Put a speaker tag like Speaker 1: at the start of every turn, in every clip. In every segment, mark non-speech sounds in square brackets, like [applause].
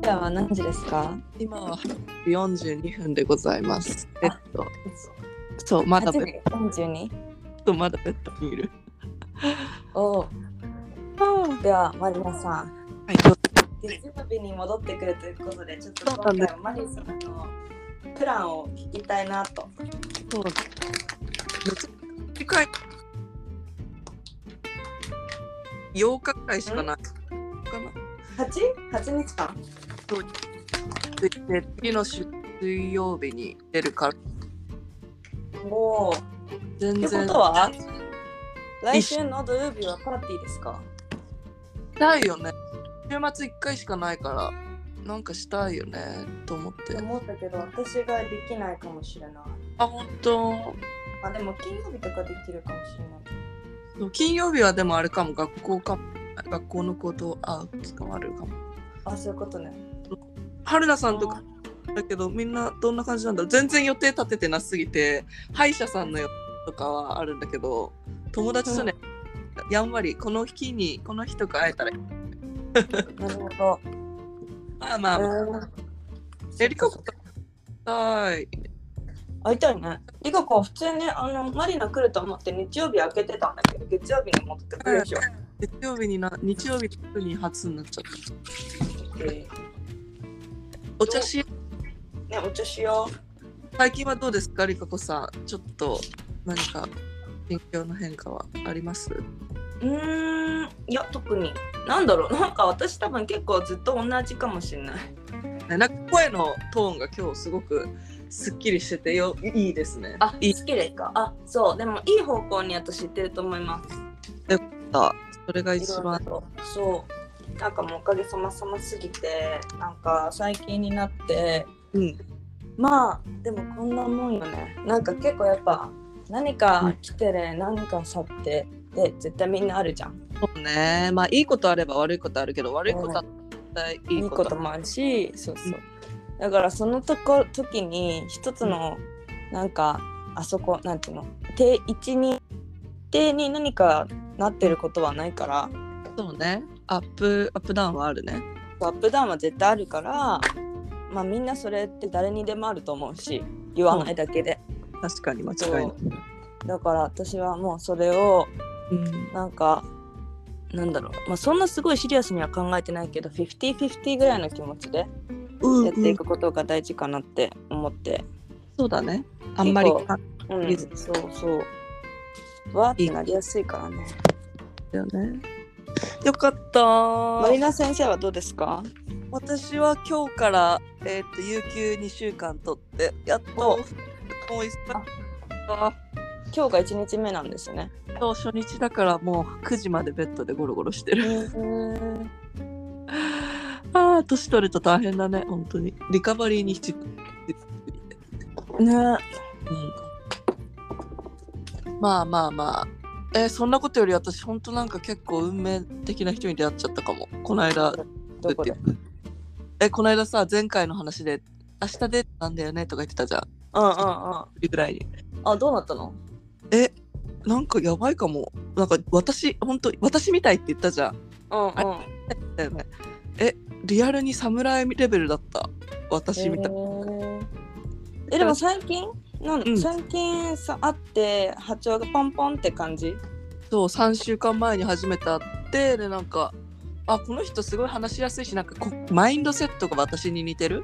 Speaker 1: 間は何時ですか
Speaker 2: 今は42分でございます。
Speaker 1: あ
Speaker 2: えっと、そう、まだ
Speaker 1: 8
Speaker 2: ベッ
Speaker 1: 時42
Speaker 2: ド、まだベッドにいる。
Speaker 1: おう
Speaker 2: は
Speaker 1: ではマリナさん
Speaker 2: い、ちょっ
Speaker 1: 月曜日に戻ってくるということでちょっと
Speaker 2: そうなん
Speaker 1: 今
Speaker 2: で
Speaker 1: 回はマリナさんのプランを聞きたいなと
Speaker 2: と、次回、8日くらいしかない。かな
Speaker 1: 8? 八日間
Speaker 2: で、次の週水曜日に出るから、
Speaker 1: もう
Speaker 2: 全
Speaker 1: ってこ
Speaker 2: 然。
Speaker 1: とは来週の土曜日はパーティーですか
Speaker 2: ないよね。週末1回しかないから、なんかしたいよね、と思って。
Speaker 1: 思ったけど私ができないかもしれない
Speaker 2: あ、本当
Speaker 1: あでも金曜日とかできるかもしれない
Speaker 2: 金曜日はでもあれかも学校かも学校のことあ捕まるかも
Speaker 1: あそういうことね
Speaker 2: 春菜さんとかだけどみんなどんな感じなんだろう全然予定立ててなすぎて歯医者さんの予定とかはあるんだけど友達とね、やんわりこの日にこの日とか会えたら
Speaker 1: なるほど
Speaker 2: まあまあ、まあ
Speaker 1: うん
Speaker 2: エリカもはい
Speaker 1: 会いたいね。リカ子普通ね、あの、マリナ来ると思って日曜日開けてたんだけど、月曜日に戻ってくるでしょ。
Speaker 2: 月曜日にな日曜日に初になっちゃった
Speaker 1: で
Speaker 2: お茶し
Speaker 1: ね、お茶しよ
Speaker 2: 最近はどうですかリカ子さんちょっと何か心境の変化はあります
Speaker 1: う。うーん、いや、特に。なんだろう、なんか私多分結構ずっと同じかもしれない。
Speaker 2: ねなんか声のトーンが今日すごくすっきりしててよいいですね。
Speaker 1: あ、
Speaker 2: いい
Speaker 1: 好きですかあ、そう。でもいい方向に私行ってると思います。
Speaker 2: だ。それが
Speaker 1: い
Speaker 2: 一
Speaker 1: ろい
Speaker 2: 番。
Speaker 1: ろとそう。なんかもうおかげさまさますぎて、なんか最近になって、
Speaker 2: うん。
Speaker 1: まあでもこんなもんよねなんか結構やっぱ何か来てね、何か去ってで絶対みんなあるじゃん
Speaker 2: そうね。まあいいことあれば悪いことあるけど悪いことは絶対い
Speaker 1: い
Speaker 2: い
Speaker 1: い
Speaker 2: こ
Speaker 1: こと
Speaker 2: と。
Speaker 1: もあるしそうそう、
Speaker 2: うん
Speaker 1: だからそのとこ時に一つのなんかあそこなんていうの定一に定に何かなってることはないから
Speaker 2: そうね。アップアップダウンはあるね。
Speaker 1: アップダウンは絶対あるからまあみんなそれって誰にでもあると思うし言わないだけで、
Speaker 2: 確かに間違い
Speaker 1: そ。
Speaker 2: ないう
Speaker 1: だから私はもうそれを
Speaker 2: うん。
Speaker 1: なんかなんだろう、まあ、そんなすごいシリアスには考えてないけど50/50ぐらいの気持ちで
Speaker 2: うん
Speaker 1: やっていくことが大事かなって思って、
Speaker 2: そうだね。あんまり
Speaker 1: 結構
Speaker 2: 感
Speaker 1: うん
Speaker 2: いいです
Speaker 1: そうそうわーってなりやすいからね
Speaker 2: じだよね。よかった
Speaker 1: マリナ先生はどうですか
Speaker 2: 私は今日からえっ、と有給2週間取ってやっと
Speaker 1: お
Speaker 2: もういっぱいあ
Speaker 1: 今日が1日目なんですね
Speaker 2: 今日初日だからもう9時までベッドでゴロゴロしてる [laughs] ああ年取ると大変だね本当にリカバリーに必
Speaker 1: ね
Speaker 2: うん、まあまあまあえーそんなことより私本当なんか結構運命的な人に出会っちゃったかもこの間
Speaker 1: どこで
Speaker 2: えこの間さ前回の話で明日デートなんだよねとか言ってたじゃん
Speaker 1: うんうんうんあ
Speaker 2: ぐらいに
Speaker 1: どうなったの
Speaker 2: えなんかやばいかもなんか私本当私みたいって言ったじゃん
Speaker 1: うんうん
Speaker 2: だよねえリアルに侍レベルだった私みたい、
Speaker 1: へーえでも最近なん、
Speaker 2: うん
Speaker 1: 最近さ会って波長がポンポンって感じ
Speaker 2: そう3週間前に初めて会ってでなんかあこの人すごい話しやすいしなんかこマインドセットが私に似てる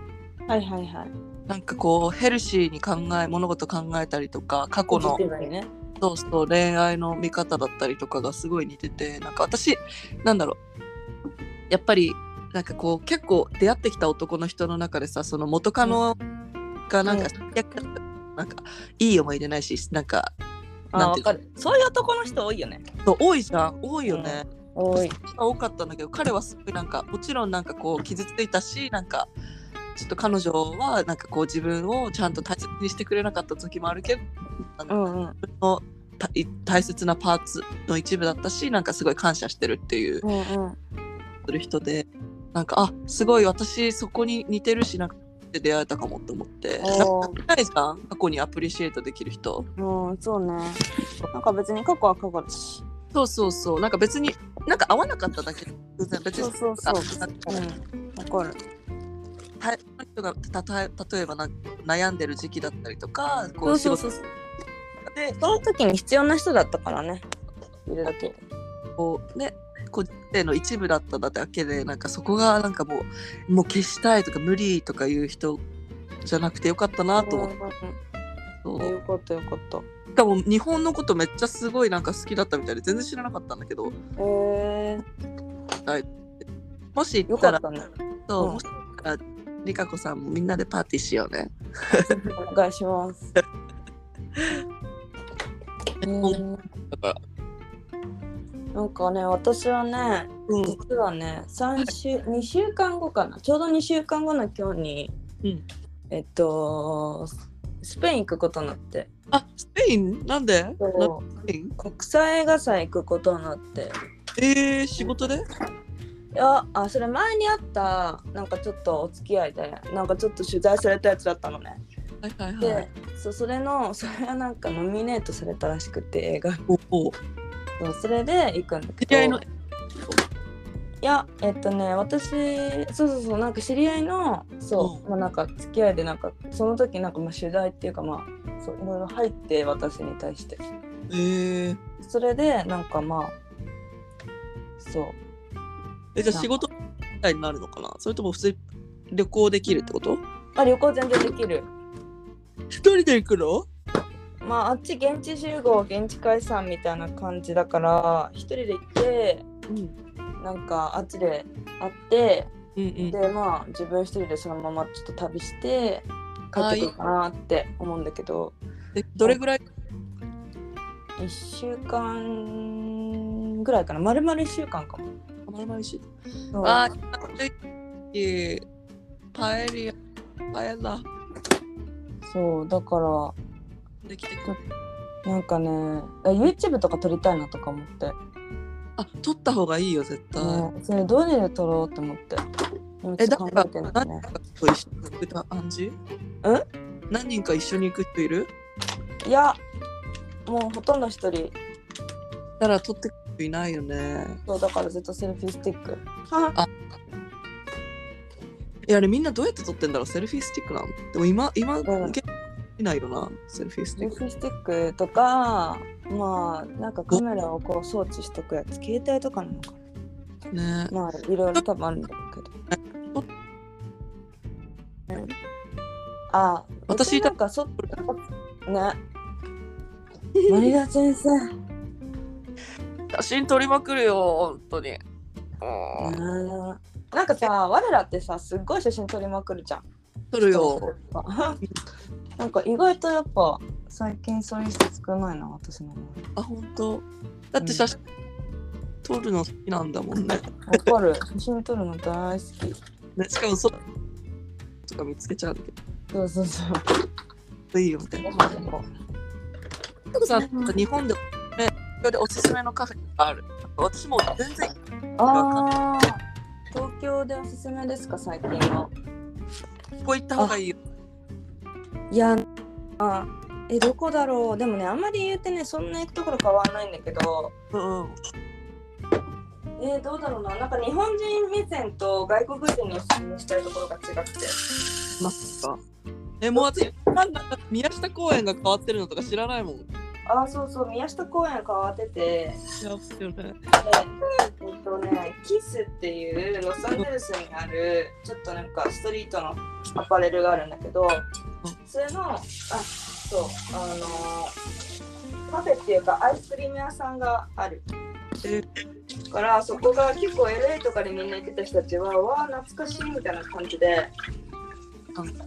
Speaker 1: はいはいはい。
Speaker 2: なんかこうヘルシーに考え物事考えたりとか過去の
Speaker 1: ポジティブにね。
Speaker 2: そうそう恋愛の見方だったりとかがすごい似ててなんか私なんだろうやっぱりなんかこう結構出会ってきた男の人の中でさその元カノがなんか,、なんかいい思い出ないしなんか
Speaker 1: あ、
Speaker 2: なん
Speaker 1: わ
Speaker 2: ていうの
Speaker 1: かる。そういう男の人多いよね。
Speaker 2: そう多いじゃん多いよね、
Speaker 1: 多い。
Speaker 2: 多かったんだけど彼はすごいなんかもちろんなんかこう傷ついたしなんかちょっと彼女はなんかこう自分をちゃんと大切にしてくれなかった時もあるけど、あの
Speaker 1: うんうん。
Speaker 2: 自分のたい大切なパーツの一部だったしなんかすごい感謝してるっていう
Speaker 1: うんうん。
Speaker 2: する人でなんかあすごい私そこに似てるしなんか出会えたかもと思ってなんか
Speaker 1: おー
Speaker 2: ないじゃん過去にアプリシエイトできる人
Speaker 1: うん、そうね。なんか別に過去は過去だし。
Speaker 2: そうそうそうなんか別になんか合わなかっただけ偶然別に
Speaker 1: そうそうそう
Speaker 2: あなんか
Speaker 1: うん。わかる。
Speaker 2: た人がたた例えばなんか悩んでる時期だったりとかこ
Speaker 1: そうそ
Speaker 2: う仕
Speaker 1: う
Speaker 2: 事
Speaker 1: そう
Speaker 2: で
Speaker 1: そうその時に必要な人だったからねいるだけ
Speaker 2: こうね個人生の一部だっただけでなんかそこがなんかもうもう消したいとか無理とかいう人じゃなくてよかったなと思って、
Speaker 1: うんよかったよかった
Speaker 2: しかも日本のことめっちゃすごいなんか好きだったみたいで全然知らなかったんだけど
Speaker 1: え
Speaker 2: もし
Speaker 1: ー、
Speaker 2: 行
Speaker 1: よ
Speaker 2: っ
Speaker 1: か
Speaker 2: たら
Speaker 1: ったね
Speaker 2: そう
Speaker 1: うん
Speaker 2: もし行ったらりかこさんもみんなでパーティーしようね。
Speaker 1: お願いし [laughs] ます。えー
Speaker 2: だから
Speaker 1: なんかね私はね
Speaker 2: うん
Speaker 1: 実はね3週2週間後かなちょうど2週間後の今日に、
Speaker 2: うん
Speaker 1: えっとススペイン行くことになって
Speaker 2: あスペインなんでなんで
Speaker 1: 国
Speaker 2: スペイン
Speaker 1: 際映画祭行くことになって
Speaker 2: えー、仕事で
Speaker 1: いやあそれ前にあったなんかちょっとお付き合いでなんかちょっと取材されたやつだったのね。
Speaker 2: はいはい
Speaker 1: で、
Speaker 2: はい。
Speaker 1: そうそれのそれはなんかノミネートされたらしくて映画
Speaker 2: おお
Speaker 1: そうそれで行くんだけ
Speaker 2: 知
Speaker 1: ど
Speaker 2: り合いの
Speaker 1: いやえっとね私そうそうそうなんか知り合いのそう、
Speaker 2: う
Speaker 1: まあなんか付き合いでなんかその時なんかまあ取材っていうかまあそういろいろ入って私に対して
Speaker 2: えー、
Speaker 1: それでなんかまあそう
Speaker 2: えじゃあ仕事みたいになるのかなそれとも普通に旅行できるってこと
Speaker 1: あ旅行全然できる
Speaker 2: 一人で行くの
Speaker 1: まああっち現地集合現地解散みたいな感じだから一人で行って
Speaker 2: うん
Speaker 1: なんかあっちで会って
Speaker 2: うんうん
Speaker 1: でまあ自分一人でそのままちょっと旅して帰ってくるかなって思うんだけど。
Speaker 2: でどれぐらい
Speaker 1: 1週間ぐらいかな丸々1週間かも
Speaker 2: 丸々し
Speaker 1: そう
Speaker 2: あーパエリアパエラ
Speaker 1: そうだか
Speaker 2: できて
Speaker 1: らなんかねあ YouTube とか撮りたいなとか思って、ね、
Speaker 2: あ取った方がいいよ絶対、
Speaker 1: それどうで撮ろうと思って今
Speaker 2: え
Speaker 1: ち
Speaker 2: だ
Speaker 1: ょっと
Speaker 2: か
Speaker 1: 考え
Speaker 2: ら
Speaker 1: てん
Speaker 2: 何
Speaker 1: だね
Speaker 2: かと一緒に行く感じ何人か一緒に行く人いる
Speaker 1: いやもうほとんど一人
Speaker 2: だから取ってく人いないよね
Speaker 1: そうだからずっとセルフィースティック
Speaker 2: いやあれみんなどうやって撮ってんだろうセルフィースティックなのでも今今、
Speaker 1: ん
Speaker 2: 結構いないよなセルフィース
Speaker 1: セ
Speaker 2: ティ
Speaker 1: ル
Speaker 2: ッ
Speaker 1: フ
Speaker 2: ク
Speaker 1: ィースティックとかまあなんかカメラをこう装置しとくやつ携帯とかなのか
Speaker 2: [laughs] ね
Speaker 1: なまあいろいろ多分あるんだけどあ
Speaker 2: 私いた
Speaker 1: なんかそね森田先生
Speaker 2: 写真撮りまくるよ本当に
Speaker 1: うんなんかさ我らってさすっごい写真撮りまくるじゃん
Speaker 2: 撮るよ
Speaker 1: なんか意外とやっぱ最近そういう人少ないな私の周り
Speaker 2: あ本当だって写真撮るの好きなんだもんね
Speaker 1: わかる写真撮るの大好き
Speaker 2: ねしかもそとか見つけちゃうんだけ
Speaker 1: そうそう [laughs] そう
Speaker 2: どいいよみたいなとこさん日本で,、ね、東京でおすすめのカフェがある私も全然
Speaker 1: あー東京でおすすめですか最近は
Speaker 2: ここ行った方がいいよ
Speaker 1: いやあえどこだろうでもねあんまり言うてねそんな行くところ変わんないんだけど
Speaker 2: うんうん
Speaker 1: えー、どうだろうな、なんか日本人目線と外国人の質問したいところが違くて。
Speaker 2: ます [laughs] かえもう私なんか宮下公園が変わってるのとか知らないもん
Speaker 1: ああ、そうそう、宮下公園変わってて、で、
Speaker 2: やっよね
Speaker 1: えっとね、キスっていうロサンゼルスにある、ちょっとなんかストリートのアパレルがあるんだけど、それの、あ、そう、あのーカフェっていうかアイスクリーム屋さんがある。
Speaker 2: え
Speaker 1: だからそこが結構 LA とかでみんな行ってた人たちは、わあ、懐かしいみたいな感じで、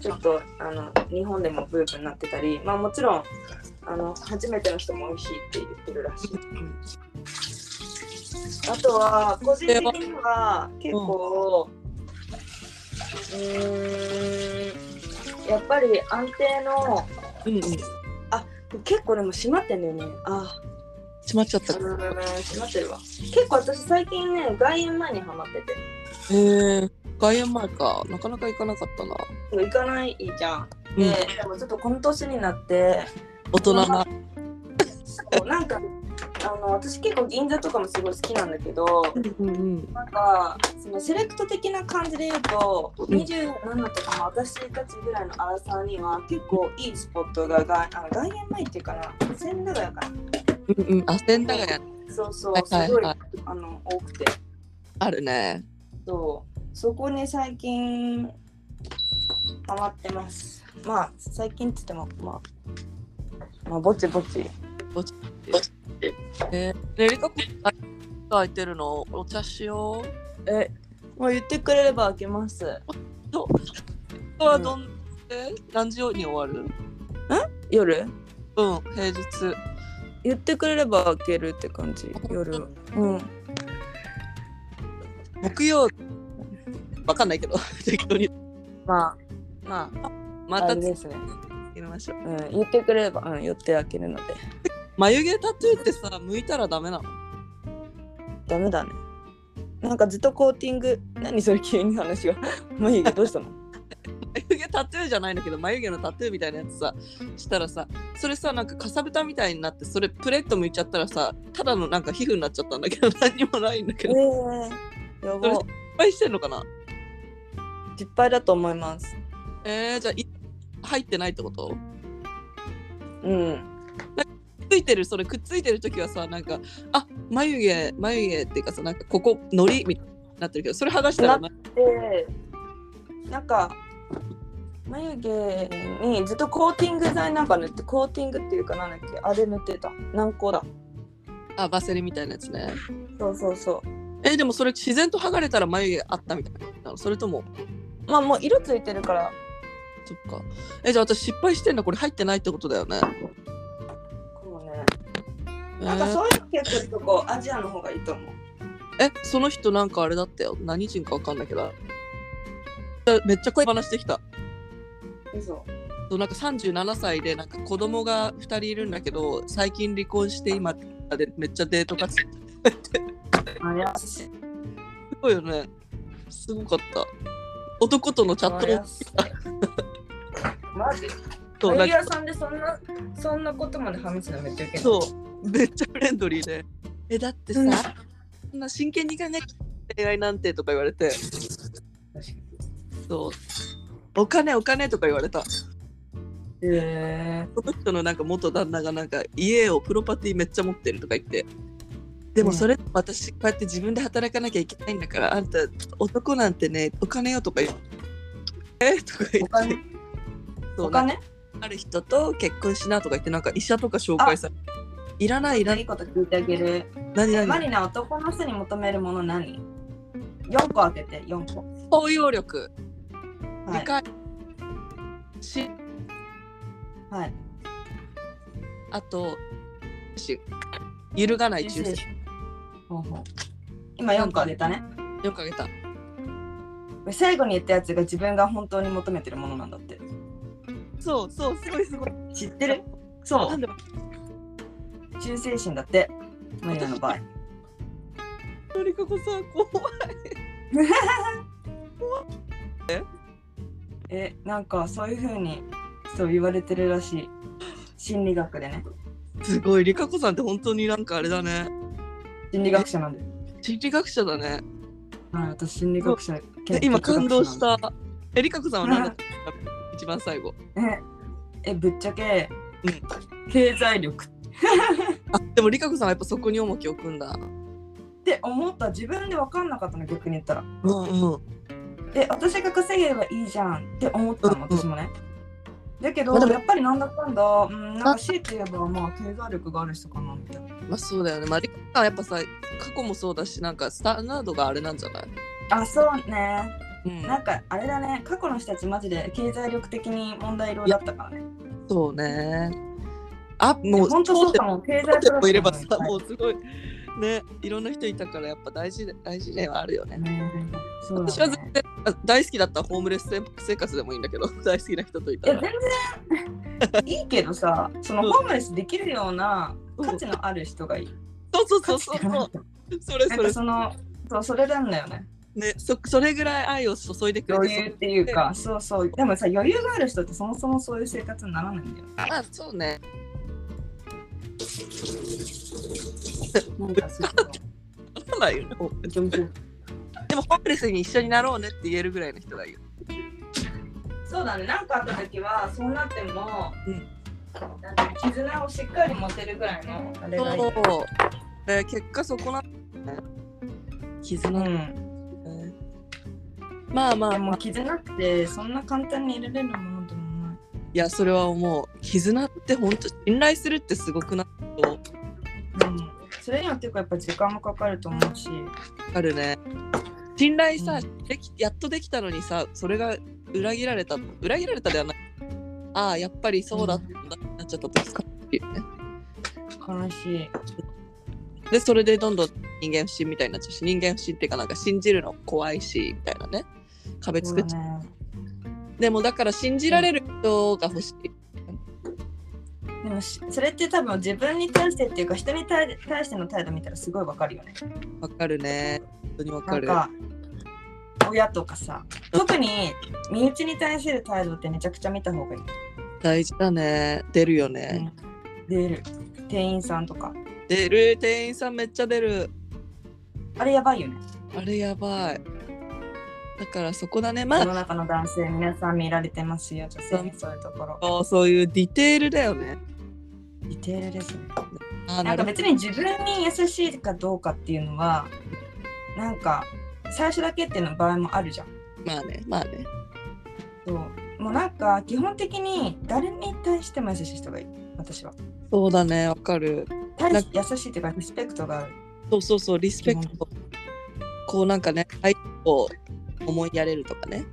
Speaker 1: ちょっとあの日本でもブームになってたり、まあ、もちろんあの初めての人も美味しいって言ってるらしい。あとは個人的には結構、うーん、やっぱり安定の
Speaker 2: うんうん閉
Speaker 1: 結構でも閉まってんだよね。あ、
Speaker 2: まっちゃったへ
Speaker 1: うん閉まってるわ。結構私最近ね外苑前にハマってて、
Speaker 2: えー、外苑前かなかなか行かなかったな
Speaker 1: 行かないじゃん。
Speaker 2: う
Speaker 1: で、
Speaker 2: ん
Speaker 1: でもちょっとこの年になって。
Speaker 2: 大人な
Speaker 1: そうなんかあの私結構銀座とかもすごい好きなんだけど
Speaker 2: うんうん
Speaker 1: なんかそのセレクト的な感じで言うと
Speaker 2: ん
Speaker 1: 27とかも私たちぐらいのアラサーには結構いいスポットががあの外苑前っていうかな千駄ヶ谷かな
Speaker 2: うんうんあ千駄ヶ谷
Speaker 1: そうそう
Speaker 2: はい
Speaker 1: す
Speaker 2: はい
Speaker 1: ごい、
Speaker 2: はい
Speaker 1: あの多くて
Speaker 2: あるね
Speaker 1: そうそこに最近ハマってますまあ最近って言ってもまあまあぼちぼち
Speaker 2: えー、ねりかこ空いてるのお茶しよう
Speaker 1: えもう言ってくれれば開けます
Speaker 2: これはどん、え何時に終わる
Speaker 1: 夜
Speaker 2: うん平日
Speaker 1: 言ってくれれば開けるって感じ夜うん
Speaker 2: 木曜わかんないけど [laughs] 適当に
Speaker 1: まあまあ
Speaker 2: また
Speaker 1: あれですね、
Speaker 2: 入れましょう
Speaker 1: うん、言ってくれれば、うん、寄って開けるので
Speaker 2: 眉毛タトゥーってさ剥いたらダメなの
Speaker 1: ダメだねなんかずっとコーティング何それ急に話が [laughs] もういいけどどうしたの
Speaker 2: 眉毛タトゥーじゃないんだけど眉毛のタトゥーみたいなやつさしたらさそれさなんかかさぶたみたいになってそれプレッと剥いちゃったらさただのなんか皮膚になっちゃったんだけど何にもないんだ
Speaker 1: [laughs]
Speaker 2: け
Speaker 1: え
Speaker 2: どいっ
Speaker 1: えやば
Speaker 2: そぱいしてんのかな
Speaker 1: 失敗だと思います
Speaker 2: えー、じゃあい入ってないってこと
Speaker 1: うん
Speaker 2: ついてるそれくっついてる時はさなんかあ眉毛眉毛っていうかさなんかここのりみたいになってるけどそれ剥がしたらな
Speaker 1: でなんか眉毛にずっとコーティング剤なんか塗ってコーティングっていうかなんだっけあれ塗ってた軟膏だ
Speaker 2: あバセリンみたいなやつね
Speaker 1: そうそうそ
Speaker 2: えでもそれ自然と剥がれたら眉毛あったみたいなのそれとも
Speaker 1: うまあもう色ついてるから
Speaker 2: そっかえじゃあ私失敗してんだこれ入ってないってことだよね
Speaker 1: かもね
Speaker 2: え
Speaker 1: なんか
Speaker 2: ー
Speaker 1: そういうの結構とこアジアの方がいいと思う
Speaker 2: えその人なんかあれだったよ何人かわかんないけどあめっちゃ声話してきた
Speaker 1: 嘘
Speaker 2: そうなんか37歳でなんか子供が2人いるんだけど最近離婚して今でめっちゃデート活動
Speaker 1: あや
Speaker 2: すごいよね。すごかった。男とのチャットも
Speaker 1: マジ
Speaker 2: そう
Speaker 1: メ
Speaker 2: な
Speaker 1: デ
Speaker 2: ん
Speaker 1: ィ
Speaker 2: か
Speaker 1: アさんでそんなそんなことまで話すのめっちゃウケる
Speaker 2: そうめっちゃフレンドリーで。えだってさ、
Speaker 1: うん
Speaker 2: そんな真剣に考えて恋愛なんてとか言われて、
Speaker 1: 確かに
Speaker 2: そうお金お金とか言われた。
Speaker 1: へ
Speaker 2: この人のなんか元旦那がなんか家をプロパティめっちゃ持ってるとか言って。でもそれ私こうやって自分で働かなきゃいけないんだからあんた男なんてねお金よとか言うえとか言って
Speaker 1: お金
Speaker 2: そう
Speaker 1: お金
Speaker 2: ある人と結婚しなとか言ってなんか医者とか紹介されいらないいらないい
Speaker 1: いこと聞いてあげる
Speaker 2: 何
Speaker 1: マ
Speaker 2: 何
Speaker 1: リナ男の人に求めるもの何 ?4 個開けて4個、
Speaker 2: 包容力、
Speaker 1: は
Speaker 2: 理
Speaker 1: い
Speaker 2: 解し
Speaker 1: はい、
Speaker 2: あとし揺るがない忠
Speaker 1: 忠
Speaker 2: 誠
Speaker 1: 誠ほうほう今4個あげたね
Speaker 2: よくあげた
Speaker 1: 最後に言ったやつが自分が本当に求めてるものなんだって
Speaker 2: そうそうすごいすごい
Speaker 1: 知ってるそ
Speaker 2: なんで
Speaker 1: う忠誠心だってマリナの場合
Speaker 2: のりかこさん怖い
Speaker 1: [laughs] えなんかそういうふうにそう言われてるらしい心理学でね
Speaker 2: すごいりかこさんって本当になんかあれだね
Speaker 1: 心理学者なんで、
Speaker 2: 心理学者だね
Speaker 1: はい、私心理学者
Speaker 2: で今感動したえりかこさんは何だった一番最後
Speaker 1: ええぶっちゃけ、
Speaker 2: う
Speaker 1: 経済力っ
Speaker 2: あでもりかこさんはやっぱそこに重きを置くんだ
Speaker 1: て思った自分で分かんなかったの逆に言ったら
Speaker 2: うんうん
Speaker 1: え私が稼げればいいじゃんって思ったの
Speaker 2: うんうん
Speaker 1: 私もねだけど
Speaker 2: まあでも
Speaker 1: やっぱりなんだかんだ、うん、なんか強いて言えばまあ経済力がある人かなみたいな
Speaker 2: まあそうだよね。まあ、リカはやっぱさ、過去もそうだし、なんかスタンダードがあれなんじゃない
Speaker 1: あそうね
Speaker 2: うん。
Speaker 1: なんかあれだね過去の人たちマジで経済力的に問題色だったからね
Speaker 2: そうね。あ、もう、
Speaker 1: 本当そう
Speaker 2: で
Speaker 1: かも経済
Speaker 2: もいれば
Speaker 1: プ
Speaker 2: さ
Speaker 1: ラ、ス
Speaker 2: もうすごい、ね、いろんな人いたから、やっぱ大事で、大事ではあるよね。
Speaker 1: ねそう
Speaker 2: 私
Speaker 1: だ
Speaker 2: は
Speaker 1: ね
Speaker 2: 絶対あ大好きだったらホームレス生活でもいいんだけど、 [laughs] 大好きな人とい
Speaker 1: い
Speaker 2: た
Speaker 1: や
Speaker 2: ら。
Speaker 1: 全然 [laughs] いいけどさそのホームレスできるような価値のある人がいい。
Speaker 2: そうそうそ
Speaker 1: 価値
Speaker 2: うそ
Speaker 1: ってなん
Speaker 2: う。
Speaker 1: か
Speaker 2: それ
Speaker 1: なん
Speaker 2: そ
Speaker 1: か
Speaker 2: れ。
Speaker 1: そのそうそれなんだよね
Speaker 2: ね、そそれぐらい愛を注いでくれ
Speaker 1: 余
Speaker 2: て
Speaker 1: 裕っていうかそうそうでもさ余裕がある人ってそもそもそういう生活にならないんだよ
Speaker 2: そまあそうね。
Speaker 1: なんかすごい
Speaker 2: そうだよね
Speaker 3: お上手
Speaker 2: でもホームレスに一緒になろうねって言えるぐらいの人がいいよ
Speaker 1: そうだね、なんかあった時は、そうなっても、
Speaker 2: うん
Speaker 1: なんか絆をしっかり持てるぐらいの、あれがいい。
Speaker 2: そうで結果そこなんだよね絆
Speaker 1: う
Speaker 2: なんだよ
Speaker 1: ん、
Speaker 2: ねまあま
Speaker 1: で
Speaker 2: あま
Speaker 1: も
Speaker 2: あ
Speaker 1: 絆ってそんな簡単に入れれるものでもない。
Speaker 2: いやそれは思う絆って本当信頼するってすごくなと
Speaker 1: うん、それには結構やっぱ時間もかかると思うし、
Speaker 2: あるね信頼さ、
Speaker 1: う
Speaker 2: できやっとできたのにさそれが裏切られた裏切られたではないああやっぱりそうだったんだってなっちゃった時か
Speaker 1: 悲しい。
Speaker 2: でそれでどんどん人間不信みたいになっちゃうし人間不信っていうかなんか信じるの怖いしみたいなね壁
Speaker 1: そう
Speaker 2: 作
Speaker 1: だ
Speaker 2: っちゃう、
Speaker 1: ね。
Speaker 2: でもだから信じられる人が欲しい
Speaker 1: でもしそれって多分自分に対してっていうか人に対対しての態度見たらすごいわかるよね。
Speaker 2: わかるね本当にわ
Speaker 1: な
Speaker 2: か
Speaker 1: ん
Speaker 2: る
Speaker 1: か親とかさ特に身内に対する態度ってめちゃくちゃ見た方がいい。
Speaker 2: 大事だね出るよね、
Speaker 1: 出る店員さんとか
Speaker 2: 出る店員さんめっちゃ出る
Speaker 1: あれやばいよね。
Speaker 2: あれやばいだからそこだねま
Speaker 1: 世
Speaker 2: あ
Speaker 1: の中の男性皆さん見られてますよ女性にそういうところ。
Speaker 2: そうそういうディテールだよね
Speaker 1: ディテールですね。
Speaker 2: あー
Speaker 1: な
Speaker 2: なん
Speaker 1: か
Speaker 2: るほど
Speaker 1: 別に自分に優しいかどうかっていうのはなんか最初だけっていうの場合もあるじゃん。
Speaker 2: まあねまあね
Speaker 1: そうもうなんか基本的に誰に対しても優しい人がいい私は。
Speaker 2: そうだねわかる
Speaker 1: 対
Speaker 2: なん
Speaker 1: し優しいっていうかリスペクトがある。
Speaker 2: そうそうそうリスペクトこうなんかね相手を思いやれるとかね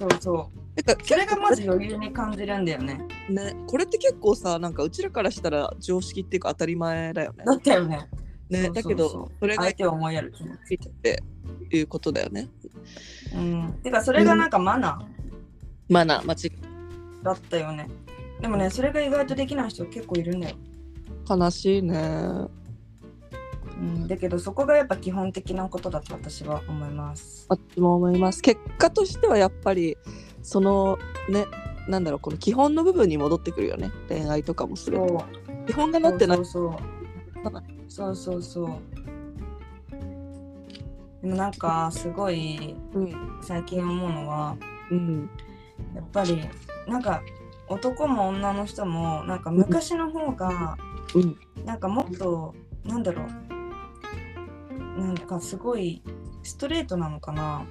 Speaker 1: そうそう。
Speaker 2: なんか
Speaker 1: それがまず余裕に感じるんだよね。
Speaker 2: ね、これって結構さなんかうちらからしたら常識っていうか当たり前だよね。
Speaker 1: だったよね。そ
Speaker 2: ね
Speaker 1: うそうそう
Speaker 2: だけどそれが
Speaker 1: 相
Speaker 2: い
Speaker 1: 手を思いやる気持ち。
Speaker 2: いいうことだよね。
Speaker 1: うん。てかそれがなんかマナ
Speaker 2: マナー間違
Speaker 1: ーだったよね。でもねそれが意外とできない人結構いるんだよ。
Speaker 2: い悲しいね。
Speaker 1: うん。だけどそこがやっぱ基本的なことだと私は思います。
Speaker 2: 私も思います。結果としてはやっぱりそのねなんだろうこの基本の部分に戻ってくるよね恋愛とかもする
Speaker 1: そう
Speaker 2: と。。基本がなってない
Speaker 1: そうそうそうそうそうそうでもなんかすごい
Speaker 2: うん
Speaker 1: 最近思うのは
Speaker 2: うん
Speaker 1: やっぱりなんか男も女の人もなんか昔の方が
Speaker 2: うん
Speaker 1: なんかもっとなんだろうなんかすごいストレートなのかな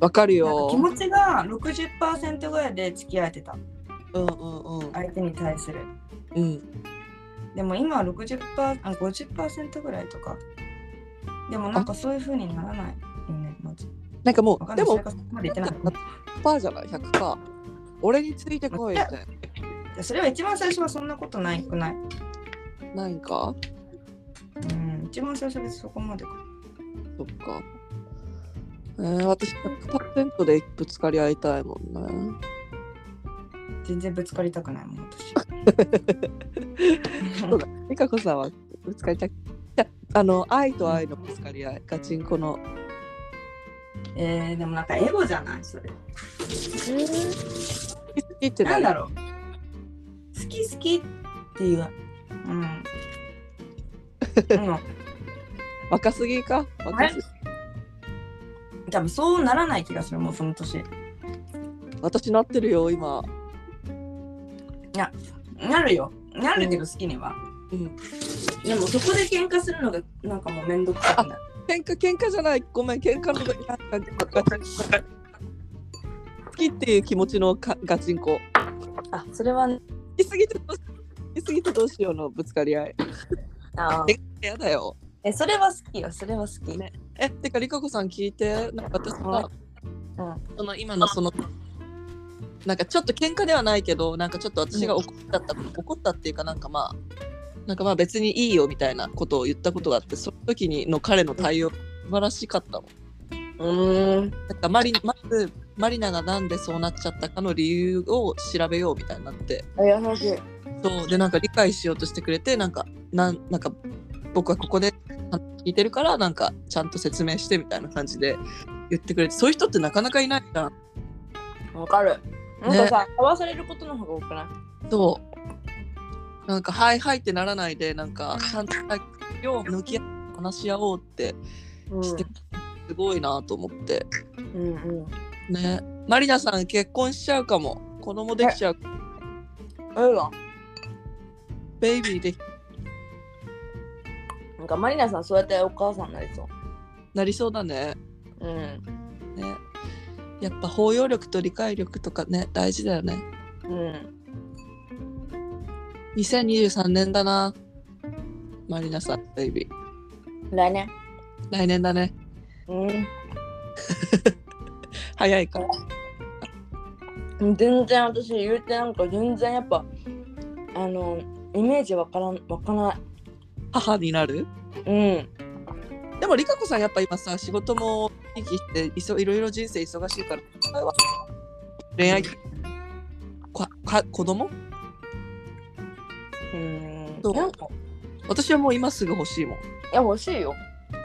Speaker 2: わかる
Speaker 1: なんか
Speaker 2: よ。
Speaker 1: 気持ちが60%ぐらいで付き合えてた
Speaker 2: うんうんうん
Speaker 1: 相手に対する
Speaker 2: うん
Speaker 1: でも今は60%あ50%ぐらいとかでもなんかそういう風にならないよねまず
Speaker 2: なんかも
Speaker 1: わか
Speaker 2: うん
Speaker 1: な
Speaker 2: で
Speaker 1: いそ
Speaker 2: も
Speaker 1: れがそこまでいってないのか
Speaker 2: 100%じゃない100%。俺についてこいみたいな。
Speaker 1: なそれは一番最初はそんなことないくない
Speaker 2: ないんか
Speaker 1: うん一番最初でそこまでか
Speaker 2: そっか。えー、私100%でぶつかり合いたいもんね。
Speaker 1: 全然ぶつかりたくないもん私
Speaker 2: [laughs] そうだ。美香子さんはぶつかりたくいやあの愛と愛のぶつかり合い、ガチンコの。
Speaker 1: えー、でもなんかエゴじゃないそれ
Speaker 2: 好きって
Speaker 1: なん
Speaker 2: な
Speaker 1: だ
Speaker 2: る
Speaker 1: ろう好き好きっていう
Speaker 2: [laughs]
Speaker 1: うんう
Speaker 2: 若すぎか若すぎ
Speaker 1: ん、多分そうならない気がするもうその年
Speaker 2: 私なってるよ、今。
Speaker 1: なるよなるけど好きには、
Speaker 2: うん。
Speaker 1: でもそこで喧嘩するのがなんかもうめんどくさいな。
Speaker 2: 喧嘩喧嘩じゃない。ごめん、喧嘩の時なんかガチンコ。好きっていう気持ちのかガチンコ。
Speaker 1: あ、それは、ね、
Speaker 2: 好きすぎてどうし好きすぎてどうしようのぶつかり合い。
Speaker 1: あ
Speaker 2: えやだよ。
Speaker 1: え、それは好きよ、それは好き。
Speaker 2: ねえ、てか、りかこさん聞いて、なんか私さ、
Speaker 1: うん
Speaker 2: その今のその、なんかちょっと喧嘩ではないけど、なんかちょっと私が怒ったった、怒ったっていうか、なんかまあ、なんかまあ別にいいよみたいなことを言ったことがあって、その時にの彼の対応、素晴らしかったの。
Speaker 1: うーん。
Speaker 2: なんかマリ、まず、マリナがなんでそうなっちゃったかの理由を調べようみたいになって、
Speaker 1: 優しい。
Speaker 2: そうでなんか理解しようとしてくれてなんかなんなんか僕はここで聞いてるからなんかちゃんと説明してみたいな感じで言ってくれてそういう人ってなかなかいないから
Speaker 1: わかる。
Speaker 2: なんか
Speaker 1: さ、交わされることの方が多くない
Speaker 2: そうなんか「はいはい」ってならないでなんかちゃんと量を抜き合って話し合おうってしてすごいなと思って
Speaker 1: うんうん
Speaker 2: ねマリナさん結婚しちゃうかも子供できちゃう
Speaker 1: うん
Speaker 2: ベイビーでき
Speaker 1: なんかマリナさんそうやってお母さんになりそう
Speaker 2: なりそうだね
Speaker 1: うん
Speaker 2: ねやっぱ包容力と理解力とかね大事だよね
Speaker 1: うん
Speaker 2: 2023年だなマリナさんベイビー
Speaker 1: 来年
Speaker 2: 来年だね
Speaker 1: う
Speaker 2: 早いから
Speaker 1: ん全然私言うてなんか全然やっぱあのイメージわからんわからない
Speaker 2: 母になる
Speaker 1: うん
Speaker 2: でも、りかこさん、やっぱ今さ、仕事も行きして、いそいろいろ人生忙しいから、恋愛、かか子供
Speaker 1: うん
Speaker 2: そう
Speaker 1: なんか
Speaker 2: 私はもう今すぐ欲しいもん。
Speaker 1: いや欲しいよ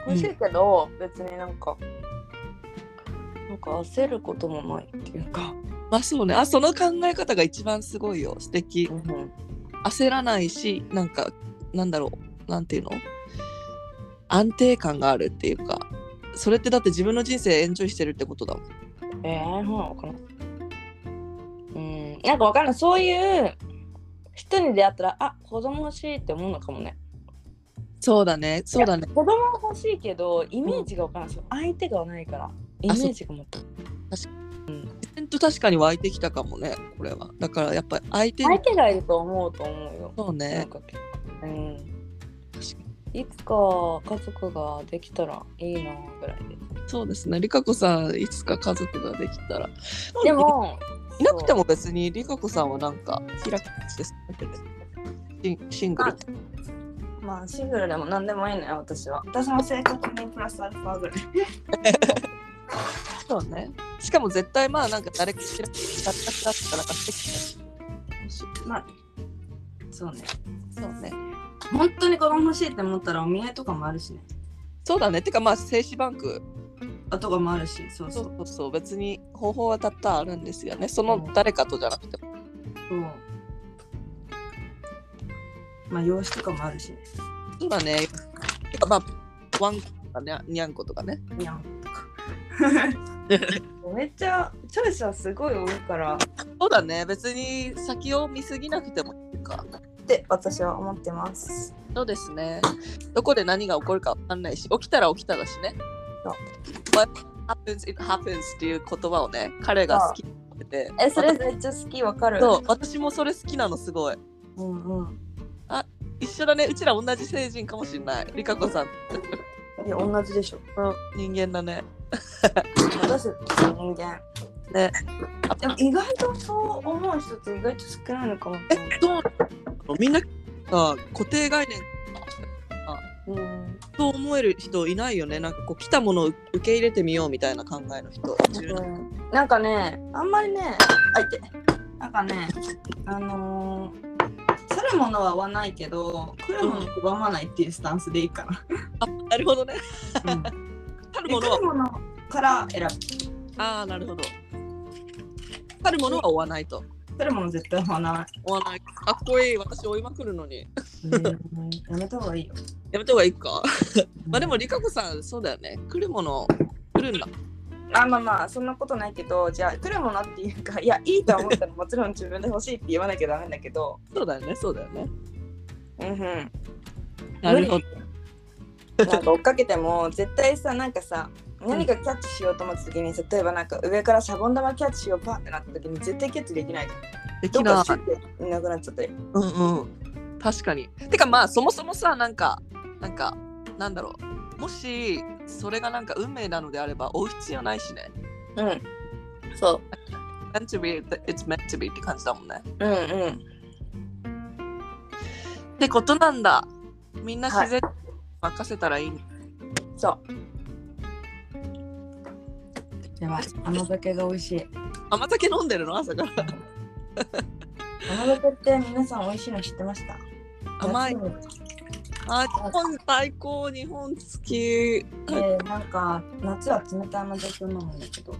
Speaker 1: 欲しいけど、別になんかなんか焦ることもないっていうか、
Speaker 2: まあそうね。あ、その考え方が一番すごいよ。素敵
Speaker 1: う。ん、
Speaker 2: 焦らないし、なんか、なんだろう。なんていうの安定感があるっていうか、それってだって自分の人生エンジョイしてるってことだもん。
Speaker 1: えー、ほら分からんうんなんか分からんそういう人に出会ったらあ子供欲しいって思うのかもね
Speaker 2: そうだね。そうだね。
Speaker 1: 子供は欲しいけどイメージが分からん、そう相手がないからイメージがもっと
Speaker 2: 自然と確かに湧いてきたかもね、これは。だからやっぱり相手に
Speaker 1: 相手がいると思うと思うよ
Speaker 2: そう
Speaker 1: な
Speaker 2: ね
Speaker 1: ん。かうん
Speaker 2: 確か
Speaker 1: いつか家族ができたらいいなぐらいで
Speaker 2: そうですね。りかこさん、いつか家族ができたら。
Speaker 1: で、も
Speaker 2: いなくて
Speaker 1: も
Speaker 2: も別にりかこさんはなんか、開きですシンシングル。
Speaker 1: まあシングルでも何でもいいのよ私は私も性格もプラスアルファぐらい
Speaker 2: そうね。しかも絶対まあ、なんか誰か知らなかったら、なんか素敵
Speaker 1: まあそうね
Speaker 2: だそうね。
Speaker 1: 本当に子供欲しいって思ったらお見合いとかもあるしね
Speaker 2: そうだね。てかまあ、精子バンク。
Speaker 1: あとかもあるしそう
Speaker 2: そ
Speaker 1: そうう
Speaker 2: そうそう。別に方法はたったあるんですよね。その誰かとじゃなくても。
Speaker 1: そうまあ養子とかもあるしね
Speaker 2: 今ね、てかまあ、ワンコとかね、ニャンコとかね。
Speaker 1: にゃんとか [laughs] めっちゃチョイスはすごい多いから
Speaker 2: そうだね。別に先を見すぎなくてもいいか。
Speaker 1: って私は思ってます
Speaker 2: そうですね。どこで何が起こるか分かんないし、起きたら起きただしね
Speaker 1: そう。
Speaker 2: What happens, it happens っていう言葉をね、彼が好きでて。
Speaker 1: えそれめっちゃ好きわかる
Speaker 2: そう、私もそれ好きなのすごい。
Speaker 1: うんうん
Speaker 2: 一緒だね。うちら同じ成人かもしれない。りかこさん。
Speaker 1: いや同じでしょ
Speaker 2: 人間だね。
Speaker 1: 私たち人間
Speaker 2: ね。
Speaker 1: でも意外とそう思う人って意外と少ないのかもしれない
Speaker 2: そうみんなさ、固定概念
Speaker 1: うん
Speaker 2: と思える人いないよね。なんかこう、来たものを受け入れてみようみたいな考えの人。
Speaker 1: うんなんかね、あんまりね、あいて、なんかね、あのー、去るものは追わないけど、来るものを拒まないっていうスタンスでいいかな。
Speaker 2: あ、なるほ [laughs] どね。ある
Speaker 1: で
Speaker 2: も
Speaker 1: 来
Speaker 2: のは
Speaker 1: るものから選
Speaker 2: ああ、なるほど。あるものは追わないと。
Speaker 1: ぶ。来るもの絶対追わな
Speaker 2: 追わない。かっこいい。私追いまくるのに。
Speaker 1: い。うんやめた方がいいよ。
Speaker 2: やめた方がいいか。まあでも、りかこさん、そうだよね。来るもの、来るんだ。
Speaker 1: あまあまあそんなことないけどじゃあ来るものっていうかいやいいとは思ったらもちろん自分で欲しいって言わなきゃダメだけど
Speaker 2: そうだよね、そうだよね。
Speaker 1: うんうん
Speaker 2: なるほ
Speaker 1: な
Speaker 2: ど。
Speaker 1: んか追っかけても絶対さなんかさ何かキャッチしようと思った時に例えばなんか上からシャボン玉キャッチしようパってなった時に絶対キャッチできないじゃん
Speaker 2: でき
Speaker 1: どっか
Speaker 2: な
Speaker 1: シュッていなくなっちゃったり
Speaker 2: うんうん。確かに。てかまあ、そもそもさ、なんか、なんか、なんだろう。もし、それがなんか運命なのであれば、追う必要ないしね。
Speaker 1: うんそ
Speaker 2: meant to be, it's meant to be って感じだもんね。
Speaker 1: ううんうん
Speaker 2: ってことなんだ。みんな自然に任せたらいいね
Speaker 1: そうやばい甘酒が美味しい
Speaker 2: 甘酒飲んでるの朝から
Speaker 1: 甘酒って皆さん美味しいの知ってました
Speaker 2: 甘い
Speaker 1: 夏に
Speaker 2: あ日本最高日本好き
Speaker 1: でなんか夏は冷たい甘酒を飲むんだけど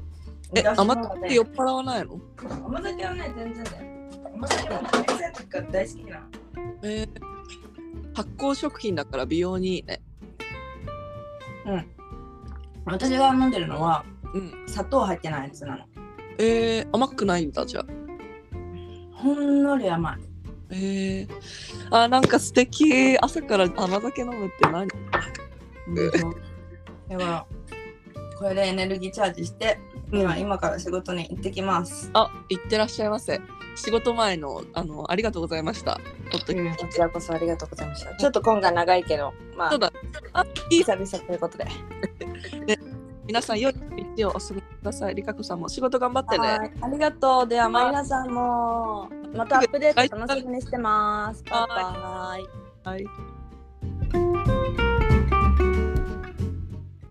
Speaker 2: え
Speaker 1: 私
Speaker 2: 甘
Speaker 1: の方が
Speaker 2: 酒って
Speaker 1: ね
Speaker 2: 酔っ払わないの
Speaker 1: 甘酒はね全然だよ甘酒も全然とか大好きなの
Speaker 2: えー発酵食品だから美容にいいね。
Speaker 1: 私が飲んでるのは
Speaker 2: うん。
Speaker 1: 砂糖入ってないやつなの
Speaker 2: えー、甘くないんだじゃあ。
Speaker 1: ほんのり甘い
Speaker 2: えー、あなんか素敵朝から甘酒飲むって何
Speaker 1: ではこれでエネルギーチャージして今今から仕事に行ってきます。
Speaker 2: あ行ってらっしゃいませ仕事前のあのありがとうございましたポッドキャス
Speaker 1: こちらこそありがとうございました。ちょっと今回長いけど、まあ
Speaker 2: トだあいい
Speaker 1: 久々ということで。
Speaker 2: 皆さん良い一日をお過ごしくださいりかこさんも仕事頑張って
Speaker 1: は
Speaker 2: ね
Speaker 1: いありがとう。ではマリナさんもまたアップデート楽しみにしてます。
Speaker 2: は
Speaker 1: バ
Speaker 2: い
Speaker 1: イバイ。
Speaker 2: はい